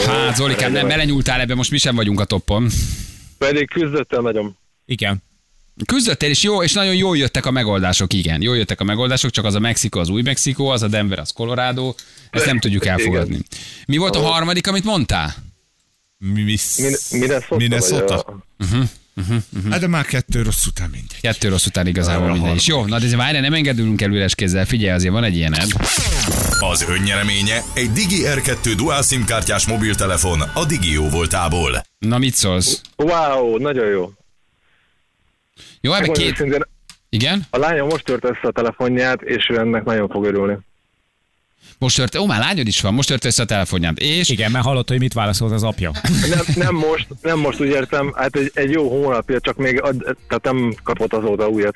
Hát Zolikám, nem, belenyúltál ebbe, most mi sem vagyunk a toppon.
Pedig küzdöttem nagyon.
Igen.
Küzdöttél, és jó, és nagyon jól jöttek a megoldások, igen. Jól jöttek a megoldások, csak az a Mexikó, az új Mexikó, az a Denver, az Colorado. Ezt nem tudjuk elfogadni. Mi volt a harmadik, amit mondtál?
Mi, mi,
Min- Minnesota? vagy
Minnesota?
a- Mhm.
Hát de már kettő rossz után mindegy.
Kettő rossz után igazából
Arra
minden is. Jó, na de várj, nem engedülünk el üres kézzel. Figyelj, azért van egy ilyened.
Az önnyereménye egy Digi R2 Dual SIM kártyás mobiltelefon a Digi jó voltából.
Na mit szólsz?
Wow, nagyon jó.
Jó, ebbe
Megmondom
két...
őszintén,
Igen?
A lányom most tört össze a telefonját, és ő ennek nagyon fog örülni.
Most tört... Ó, már lányod is van, most tört össze a telefonját. És...
Igen, mert hallott, hogy mit válaszolt az apja.
Nem, nem most, nem most úgy értem, hát egy, egy jó hónapja, csak még ad, tehát nem kapott azóta újat.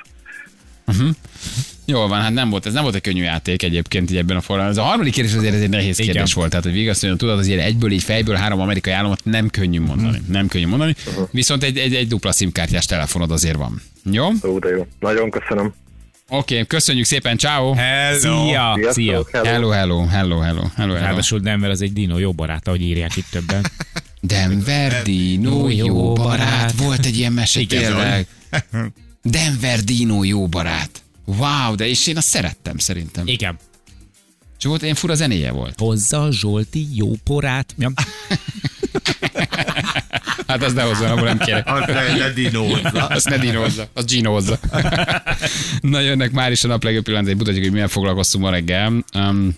Jól van, hát nem volt, ez nem volt egy könnyű játék egyébként így ebben a formában. Ez a harmadik kérdés azért ez egy nehéz
Igen.
kérdés volt. Tehát, hogy vigasztaljon, tudod, azért egyből így fejből három amerikai államot nem könnyű mondani. Nem könnyű mondani. Viszont egy, egy, egy dupla szimkártyás telefonod azért van. Jó? Oké,
Ó, de jó. Nagyon köszönöm.
köszönjük szépen, ciao.
Hello.
Szia, szia.
Sziasztok, hello.
Ah, Hello, hello, hello, hello, hello, hello.
Ráadásul Denver az egy dino jó barát, ahogy írják itt többen.
Denver Dino jó barát. Volt egy ilyen mese, tényleg. Denver Dino jó barát. Wow, de és én azt szerettem szerintem.
Igen.
És volt, ilyen fura zenéje volt.
Hozza Zsolti jó porát. Ja.
Hát az ne hozzon, abból nem kérek.
Az ne dinózza.
Azt ne dinózza, az ginózza. Na jönnek már is a nap legjobb pillanatai, mutatjuk, hogy milyen foglalkoztunk ma reggel. Um,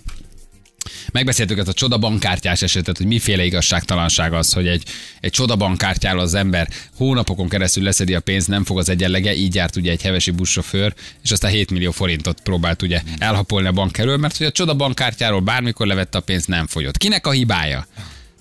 Megbeszéltük ezt a csodabankkártyás esetet, hogy miféle igazságtalanság az, hogy egy, egy csodabankkártyával az ember hónapokon keresztül leszedi a pénzt, nem fog az egyenlege, így járt ugye egy hevesi buszsofőr, és aztán 7 millió forintot próbált ugye elhapolni a bank elől, mert hogy a csodabankkártyáról bármikor levette a pénzt, nem fogyott. Kinek a hibája?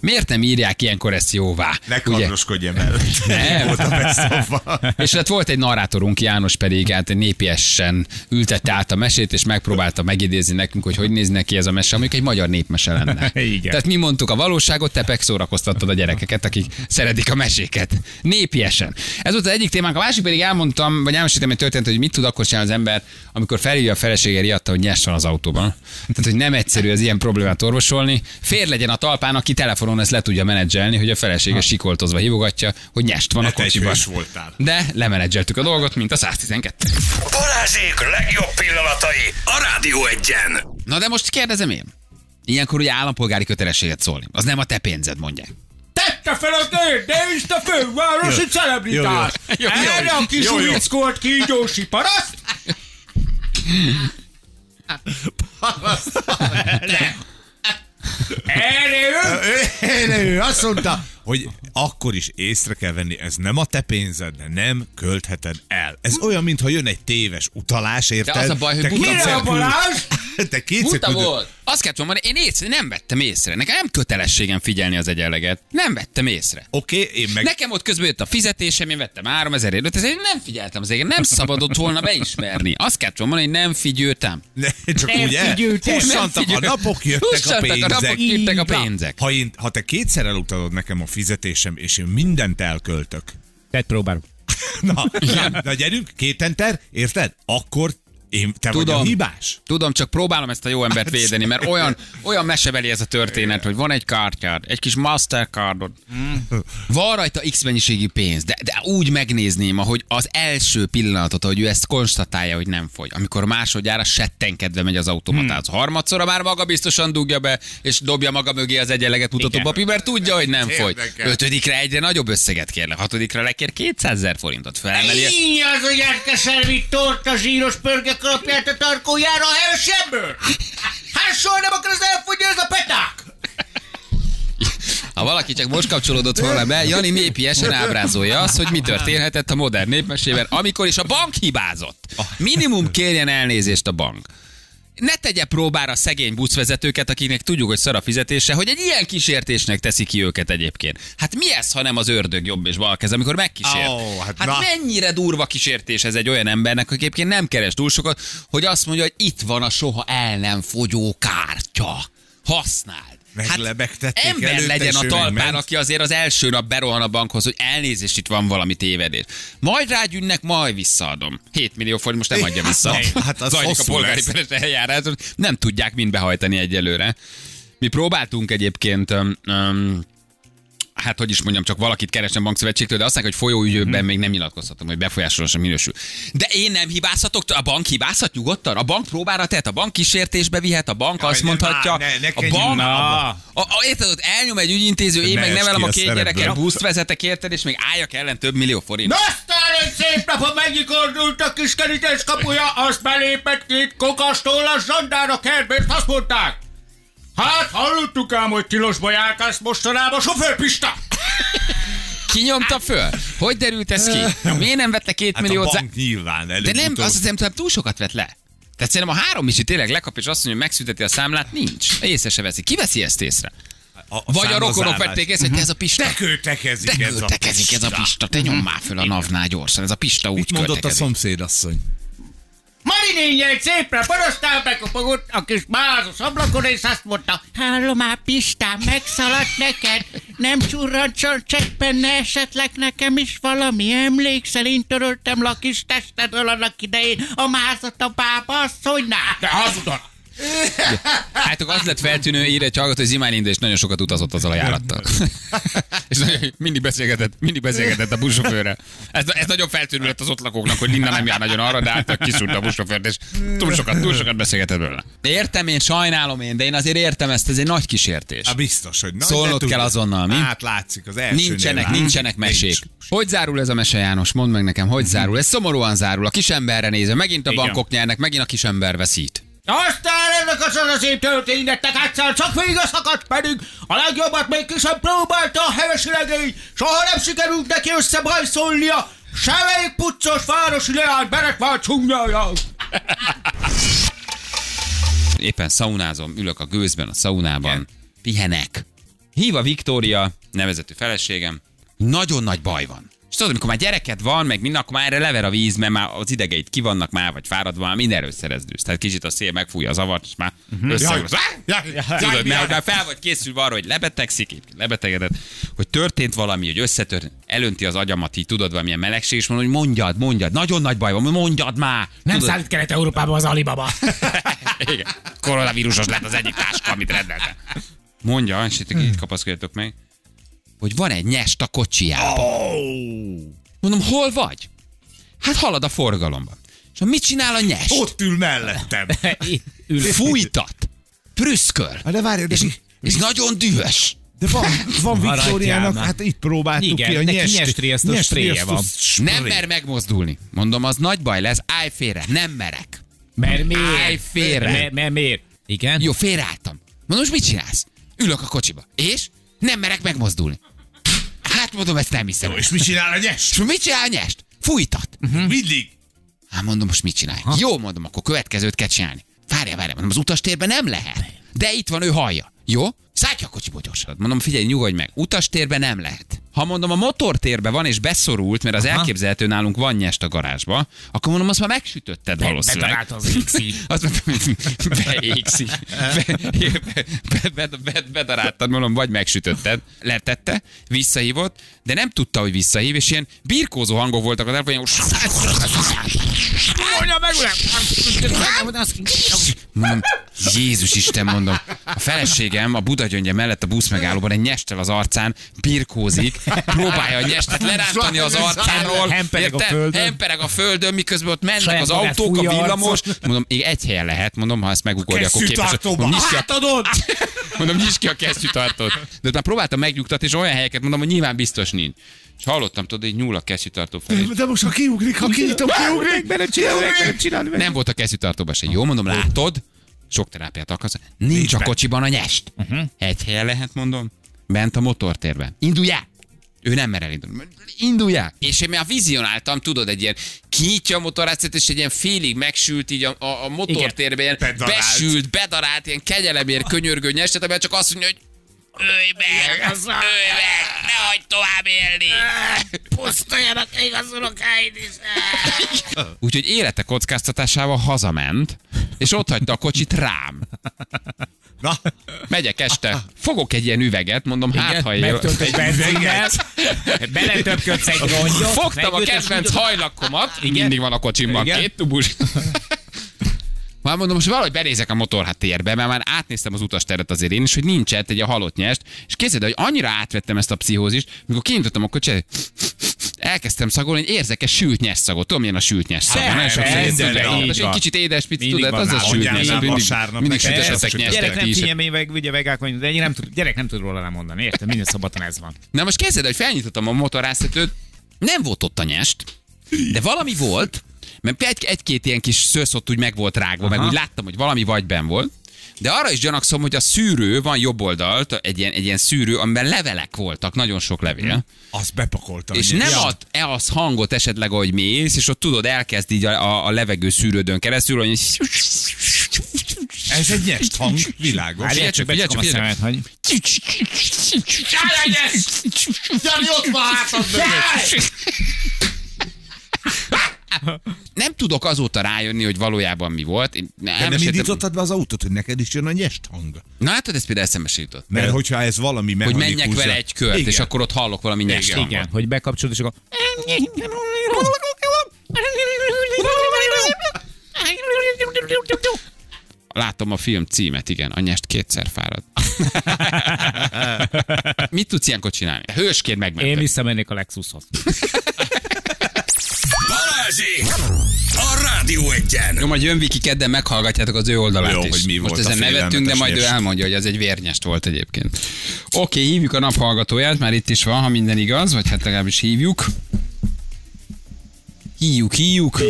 Miért nem írják ilyenkor ezt jóvá?
Ne kardoskodj emellett.
Nem.
Volt a beszopva.
És hát volt egy narrátorunk, János pedig hát népiesen ültette át a mesét, és megpróbálta megidézni nekünk, hogy hogy néz neki ez a mese, amik egy magyar népmese lenne.
Igen.
Tehát mi mondtuk a valóságot, te pek szórakoztattad a gyerekeket, akik szeretik a meséket. Népiesen. Ez volt az egyik témánk, a másik pedig elmondtam, vagy elmeséltem egy történet, hogy mit tud akkor csinálni az ember, amikor felhívja a felesége riadta, hogy nyers van az autóban. Tehát, hogy nem egyszerű az ilyen problémát orvosolni. Fér legyen a talpán, aki telefonon ezt le tudja menedzselni, hogy a felesége sikoltozva hívogatja, hogy nyest van a
Ne te egy
kocsiban.
hős voltál.
De lemenedzseltük a dolgot, mint a 112.
Balázsék legjobb pillanatai a Rádió egyen.
Na de most kérdezem én. Ilyenkor ugye állampolgári kötelességet szólni. Az nem a te pénzed, mondják.
Tette fel a nőt, de is a fővárosi celebritás.
Jó, jó. Erre a
kis ujickolt kígyósi paraszt. Erre
Én ő azt mondta, hogy akkor is észre kell venni, ez nem a te pénzed, de nem költheted el. Ez olyan, mintha jön egy téves utalás, érted?
az a baj, hogy
Te
buta
kétszer
volt.
küld- Te kétszer
Buta
küldöd-
volt. Azt kellett volna mondani, én észre, nem vettem észre. Nekem nem kötelességem figyelni az egyenleget. Nem vettem észre.
Oké, én meg...
Nekem ott közben jött a fizetésem, én vettem 3000 ért, ezért nem figyeltem az égen, nem szabadott volna beismerni. Azt kellett volna mondani, hogy nem figyeltem.
Ne, csak
Nem
úgy el.
figyeltem.
Hússantak a napok, jöttek a
Hússantak a napok,
pénzek.
jöttek a pénzek.
Ha, én, ha te kétszer elutalod nekem a fizetésem, és én mindent elköltök,
Tehát próbálom.
Na, na, na gyerünk, két enter, érted? Akkor én, te
Tudom.
vagy a hibás.
Tudom, csak próbálom ezt a jó embert védeni, mert olyan, olyan mesebeli ez a történet, hogy van egy kártyád, egy kis mastercardod, van rajta X mennyiségű pénz, de, de úgy megnézném, ahogy az első pillanatot, ahogy ő ezt konstatálja, hogy nem fogy. Amikor másodjára settenkedve megy az automatához. Harmadszorra már maga biztosan dugja be, és dobja maga mögé az egyenleget mutató papír, mert tudja, hogy nem fogy.
Érdekel.
Ötödikre egyre nagyobb összeget kérle, hatodikra lekér 200 ezer forintot. Felemeli.
Így az, hogy elkeszervi torta zsíros pörge kalapját a tarkójára a helyesebből! Hát soha nem akarsz elfogyni ez a peták!
Ha valaki csak most kapcsolódott volna be, Jani népiesen ábrázolja azt, hogy mi történhetett a modern népmesében, amikor is a bank hibázott. Minimum kérjen elnézést a bank. Ne tegye próbára szegény buszvezetőket, akiknek tudjuk, hogy szar a fizetése, hogy egy ilyen kísértésnek teszi ki őket egyébként. Hát mi ez, ha nem az ördög jobb és bal kez, amikor megkísért?
Ó, hát
hát
na.
mennyire durva kísértés ez egy olyan embernek, aki egyébként nem keres túl sokat, hogy azt mondja, hogy itt van a soha el nem fogyó kártya. Használd.
Meglebegtették
Hát, ember
előtte,
legyen
és
a
ő
talpán,
megment.
aki azért az első nap berohan a bankhoz, hogy elnézést, itt van valami tévedés. Majd rágyűnnek, majd visszaadom. 7 millió forint most nem adja vissza.
Na, hát az
Zajlik a
hosszú
polgári
lesz.
peres eljárás, nem tudják mind behajtani egyelőre. Mi próbáltunk egyébként öm, öm, hát hogy is mondjam, csak valakit keresem a bankszövetségtől, de azt mondják, hogy folyóügyőben
Mhm.
még nem nyilatkozhatom, hogy befolyásolósan minősül. De én nem hibázhatok, a bank hibázhat nyugodtan, a bank próbára tehet, a bank kísértésbe vihet, a bank azt
ne
mondhatja,
már, ne- ne
a
kenjünk
bank,
már
a, a, a, érted, ott elnyom egy ügyintéző, én
Ne
meg
esd
nevelem
ki
a
a
két
szerepből.
gyereket, buszt vezetek, érted, és még álljak ellen több millió forint.
Na aztán egy szép napon megnyikordult a kis kerítés kapuja, azt belépett két kokastól a zsandár a kertbért, azt mondták. Hát hallottuk ám, hogy tilosba járkálsz mostanában, sofőrpista!
Ki nyomta föl? Hogy derült ez ki? Miért nem vette két
Hát
milliót?
a
za-
bank nyilván
De
előbb
nem, azt hiszem, talán túl sokat vett le. Tehát szerintem a három is tényleg lekap, és azt mondja, hogy megszünteti a számlát, nincs. Észre se veszi. Ki veszi ezt észre? Vagy a rokonok vették észre, hogy ez a Pista.
Tekőtekezik Mhm. ez a
Tekőtekezik ez a Pista. Te nyom már föl a navnál gyorsan. Ez a Pista úgy
Mit mondott a
költekezik.
szomszédasszony?
Marinénye egy szépre parasztán bekopogott a kis bázos ablakon, és azt mondta, Hallom már, Pistám, megszaladt neked, nem csurrancson cseppben, ne esetleg nekem is valami. Emlékszel, én töröltem lakis testedről annak idején a mázat a bába asszonynál. De hazudod!
Hát akkor az lett feltűnő, ír egy hallgató, hogy Zimány India is nagyon sokat utazott azzal a járattal. és nagyon- mindig beszélgetett, mindig beszélgetett a buszsofőrrel. Ez, ez nagyon feltűnő lett az ott lakóknak, hogy Linda nem jár nagyon arra, de hát kiszúrta a buszsofőrt, és túl sokat, túl sokat beszélgetett belőle. Értem én, sajnálom én, de én azért értem ezt, ez egy nagy kísértés.
Hát biztos, hogy nagy,
Szólnod
de tudod.
kell azonnal, mi?
Hát látszik, az első
Nincsenek, nincsenek mesék.
Nincs. Mhm.
Hogy zárul ez a mese, János? Mondd meg nekem, hogy zárul? Ez szomorúan zárul. A kisemberre nézve, megint a
Igen.
bankok nyernek, megint a kisember veszít.
Aztán ennek az az szép történetnek egyszer csak vége szakadt pedig, a legjobbat még ki sem próbálta a heves legény, soha nem sikerült neki összebajszolnia, se egy puccos városi leány berekvált csungnyája.
Éppen szaunázom, ülök a gőzben, a szaunában, pihenek. Hív a Viktória, nevezetű feleségem, nagyon nagy baj van. És tudod, amikor már gyereked van, meg minden, akkor már erre lever a víz, mert már az idegeit kivannak már, vagy fáradva, már mindenről szerezdősz. Tehát kicsit a szél megfújja az avart, és már összeúrsz. Tudod, mert már fel vagy készülve arra, hogy lebetegszik, épp lebetegedett, hogy történt valami, hogy összetört, elönti az agyamat, így tudod, valamilyen melegség, és mondod, hogy mondjad, mondjad, nagyon nagy baj van, mondjad már.
Nem
tudod,
szállít Kelet-Európába az Alibaba.
igen. Koronavírusos lett az egyik táska, amit rendeltem. Mondja, és itt
Hmm.
így kapaszkodjatok meg, hogy van egy nyest a kocsiában.
Oh!
Mondom, hol vagy? Hát halad a forgalomban. És mit csinál a nyest?
Ott ül mellettem.
ül. Fújtat. Prüszköl.
de várj, de,
És nagyon dühös.
de van, van
Maradjál
Viktóriának,
már.
hát itt próbáltuk
Igen,
ki a
neki
nyest-
nyestriasztó spréje
nyestriasztó
van.
spré.
Nem mer megmozdulni. Mondom, az nagy baj lesz. Állj félre. Nem merek.
Mert
Állj
miért?
félre.
Mert- Mert miért? Igen?
Jó, félreálltam. Mondom, most mit csinálsz? Ülök a kocsiba. És? Nem merek megmozdulni. Hát mondom, ezt nem hiszem.
És mit csinál a nyest?
És mit csinál a nyest? Fújtat.
Mindig.
Hát mondom, most mit csinálj? Jó, mondom, akkor következőt kell csinálni. Várjál, várjál, mondom, az utastérben nem lehet. De itt van, ő hallja. Jó? Szállj a kocsiból gyorsan. Mondom, figyelj, nyugodj meg. Utastérbe nem lehet. Ha mondom, a motortérbe van és beszorult, mert az Aha. elképzelhető nálunk van nyest a garázsba, akkor mondom, azt már megsütötted valószínűleg.
Betalált az XI.
Azt beégszik. Be, be, be, be, bedaráltad, mondom, vagy megsütötted. Letette, visszahívott, de nem tudta, hogy visszahív, és ilyen birkózó hangok voltak a telefonján.
Mondja meg, uram!
Mondom, Hmm. Jézus Isten, mondom. A feleségem a Budagyöngye mellett a buszmegállóban egy nyestel az arcán birkózik, próbálja a nyestet lerántani az arcáról.
Hempereg a
érted?
földön.
Hempereg a földön, miközben ott mennek
Saját
az
magát
autók, a
fújja
villamos. Mondom, még egy helyen lehet, mondom, ha ezt megugorja, akkor képes. Mondom, nyisd ki a Mondom, nyisd ki a kesztyűtartót. De ott már próbáltam megnyugtatni, és olyan helyeket mondom, hogy nyilván biztos nincs. És hallottam, tudod, hogy nyúl a kesztyűtartó felé.
De most ha kiugrik, ha kinyitom, kiugrik.
Bele csinálni, nem csinálni.
Nem volt a kesztyűtartóban se. Jó, mondom, látod? Sok terápiát akarsz. Nincs a kocsiban a nyest.
Mhm.
Egy helyen lehet, mondom. Bent a motortérben. Indulj el! Ő nem mer elindulni. Indulj el! És én már vizionáltam, tudod, egy ilyen kinyitja a motorrátszét, és egy ilyen félig megsült így a, a, a motortérbe, ilyen
Bedarált.
besült, bedarált, ilyen kegyelemért könyörgő nyestet, amiben csak azt mondja, hogy ölj meg, ölj meg, ne hagyd tovább élni.
Pusztuljanak még az unokáid is.
Úgyhogy élete kockáztatásával hazament, és ott hagyta a kocsit rám.
Na,
Megyek este, fogok egy ilyen üveget, mondom, hát ha él.
Megtölt egy benzinnel, beletöpködsz egy rongyot.
Fogtam a
megütöd,
kedvenc hajlakomat,
Igen.
mindig van a kocsimban
Igen.
két tubus. Már mondom, most valahogy benézek a motorháttérbe, mert már átnéztem az utasteret azért én is, hogy nincs egy a halott nyest, és képzeld, el, hogy annyira átvettem ezt a pszichózist, mikor kinyitottam a kocsit, elkezdtem szagolni, egy érzekes sült nyers szagot. Tudom, milyen a sült nyers szag. van, nem? És
Persze,
akkor
minden
tudod,
van.
és egy kicsit édes pici,
Mindig
tudod,
van
az a
nálam.
sült nyers.
Anyánál
Mindig,
vasárnap
mindig
nekem
sütösetek
persze,
nyertet
Gyerek nem
ti is.
figyelj még meg, ugye vegák vagyunk, de nem tud, gyerek nem tud róla lemondani, érted? Minden szabadon ez van.
Na most kezded, hogy felnyitottam a motorháztetőt, nem volt ott a nyest, de valami volt, mert egy- egy-két ilyen kis szőrszott úgy meg volt rágva, meg úgy láttam, hogy valami vagy ben volt, de arra is gyanakszom, hogy a szűrő van jobb oldalt, egy ilyen, egy ilyen szűrő, amiben levelek voltak, nagyon sok levél.
azt bepakoltam.
És nem ad-e az hangot esetleg, ahogy mész, és ott tudod, elkezd így a, a, a levegő szűrődön keresztül, hogy
Ez egy nyest hang, világos.
Hát
figyelj
ilyen csak
csak, figyelj
becsukom a
csak, figyelj
szemet, hogy...
nem tudok azóta rájönni, hogy valójában mi volt. Én
De nem
meséltem-
indítottad be az autót, hogy neked is jön a nyest hang.
Na hát ez például eszembe se jutott.
Mert hogyha ez valami
Hogy
mechanikus...
menjek vele egy kört,
Igen.
és akkor ott hallok valami nyers
Igen,
hangot.
hogy bekapcsolod, és akkor...
Látom a film címet, igen, a nyest kétszer fárad. Mit tudsz ilyenkor csinálni? Hősként
Én
megmentek.
visszamennék a Lexushoz.
Balázsi! A Rádió Egyen!
Jó, majd jön Viki kedden, meghallgatjátok az ő oldalát
Jó,
is.
hogy mi
Most
volt a
ezen nevettünk, de
félelmetes
majd ő
nyest.
elmondja, hogy ez egy vérnyest volt egyébként. Oké, hívjuk a naphallgatóját, már itt is van, ha minden igaz, vagy hát legalábbis hívjuk. Hívjuk, hívjuk.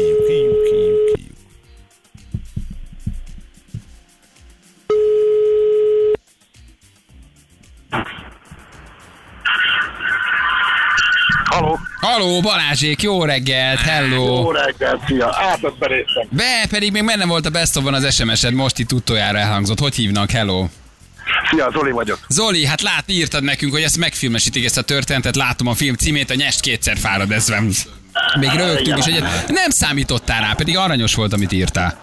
Haló,
Halló, Balázsék, jó reggelt, hello.
jó reggelt, szia, Hát, átbeszélésem.
Be, pedig még benne volt a best of az SMS-ed, most itt utoljára elhangzott. Hogy hívnak? Hello.
Szia, Zoli vagyok.
Zoli, hát lát, írtad nekünk, hogy ezt megfilmesítik ezt a történetet, látom a film címét, a nyest kétszer fárad ez van. Még rögtünk is egyet. Nem számítottál rá, pedig aranyos volt, amit írtál.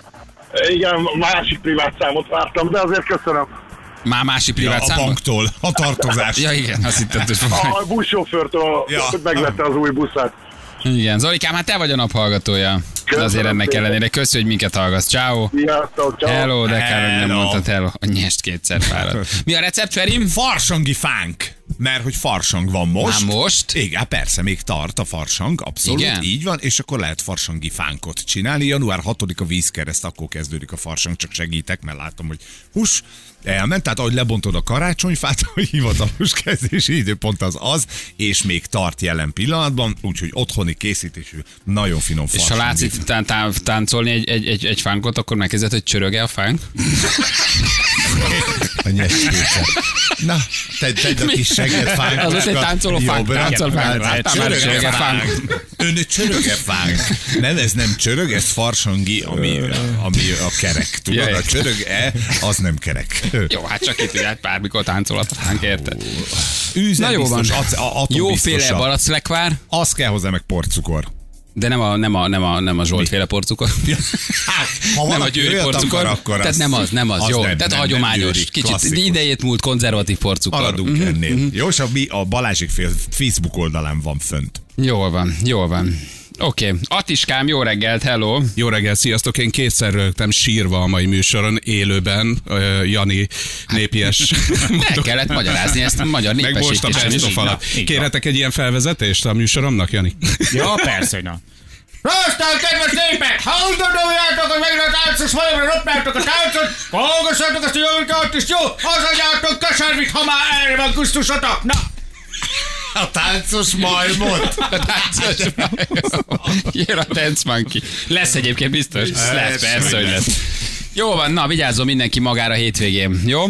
Igen, másik privát számot vártam, de azért köszönöm.
Már másik
Ja,
privát
a
számot?
banktól, a tartozás.
Ja igen, azt hittem, hogy
A buszsofőrtől
Ja.
megvette az új buszát.
Igen, Zolikám, hát te vagy a naphallgatója. De
Köszönöm
azért ennek
szépen.
ellenére. Köszönjük, hogy minket hallgatsz. Ciao.
Sziasztok, ciao.
Hello, de kár, hogy nem
Hello.
mondtad hello. A nyest kétszer fárad. Mi a recept, Ferim?
Farsangi fánk. Mert hogy farsang van most.
Már most?
Igen, hát persze, még tart a farsang, abszolút,
Igen?
Igen? így van, és akkor lehet farsangi fánkot csinálni. Január 6-a vízkereszt, akkor kezdődik a farsang, csak segítek, mert látom, hogy hús, elment, tehát ahogy lebontod a karácsonyfát, a hivatalos kezdési időpont az az, és még tart jelen pillanatban, úgyhogy otthoni készítésű, nagyon finom
És ha
farsangi
látsz itt tán, tán, táncolni egy, egy, egy, egy fánkot, akkor megkezdett, hogy csörög-e a fánk?
A nyeskéce. Na, te, te a kis segget fánk.
Az ott egy táncoló fánk, táncol fánk,
táncol
táncol fánk, táncol fánk.
Ön csöröge fánk. Nem, ez nem csörög, ez farsangi, ami, ami a kerek. Tudod,
Jaj.
a csörög-e, az nem kerek.
Jó, hát csak itt ugye bármikor táncolat a fánk, érted?
Üzem
Na jó van.
Ac, a,
Jóféle
atombiztosabb.
baraclekvár,
Az kell hozzá meg porcukor.
de nem a, nem a, nem a, nem a Zsoltféle porcukor. Hát,
Ha
nem a
valaki
győri
olyat
porcukor,
akar, akkor
tehát
az-
nem az, nem az,
az
jó.
nem,
tehát a
nem, nem
hagyományos,
győri,
kicsit
klasszikus.
idejét múlt konzervatív porcukor.
Maradunk
Mhm,
ennél.
mhm.
Jó, és a, mi a Balázsik fél- Facebook oldalán van fönt.
Mm, Jól van, jól van. Oké, okay. Atiskám, jó reggelt, hello.
Jó reggel, sziasztok! Én kétszer rögtem sírva a mai műsoron, élőben, ö, Jani népies.
El kellett magyarázni ezt a magyar
Meg most a
népesítést.
best of alatt.
így van.
Kérhetek egy ilyen felvezetést a műsoromnak, Jani?
Ja, persze, hogy na.
Rosszal, kedves népek! Ha úgy gondoljátok, hogy megint a táncos valamra ropnátok a táncot, hallgassátok ezt a javítást is, jó? Hazadjátok keservit, ha már erre van gusztusotok! Na,
A táncos majmot.
Jön a Dance Monkey. Lesz egyébként biztos. Lesz, persze, hogy lesz. Jó van, na vigyázzon mindenki magára hétvégén, jó?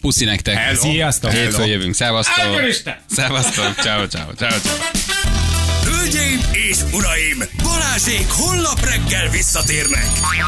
Puszi nektek.
Sziasztok.
Hétfőn jövünk. Szevasztok.
Áldjon Isten!
Szevasztok. Ciao, ciao, ciao.
Hölgyeim és uraim, Balázsék holnap reggel visszatérnek.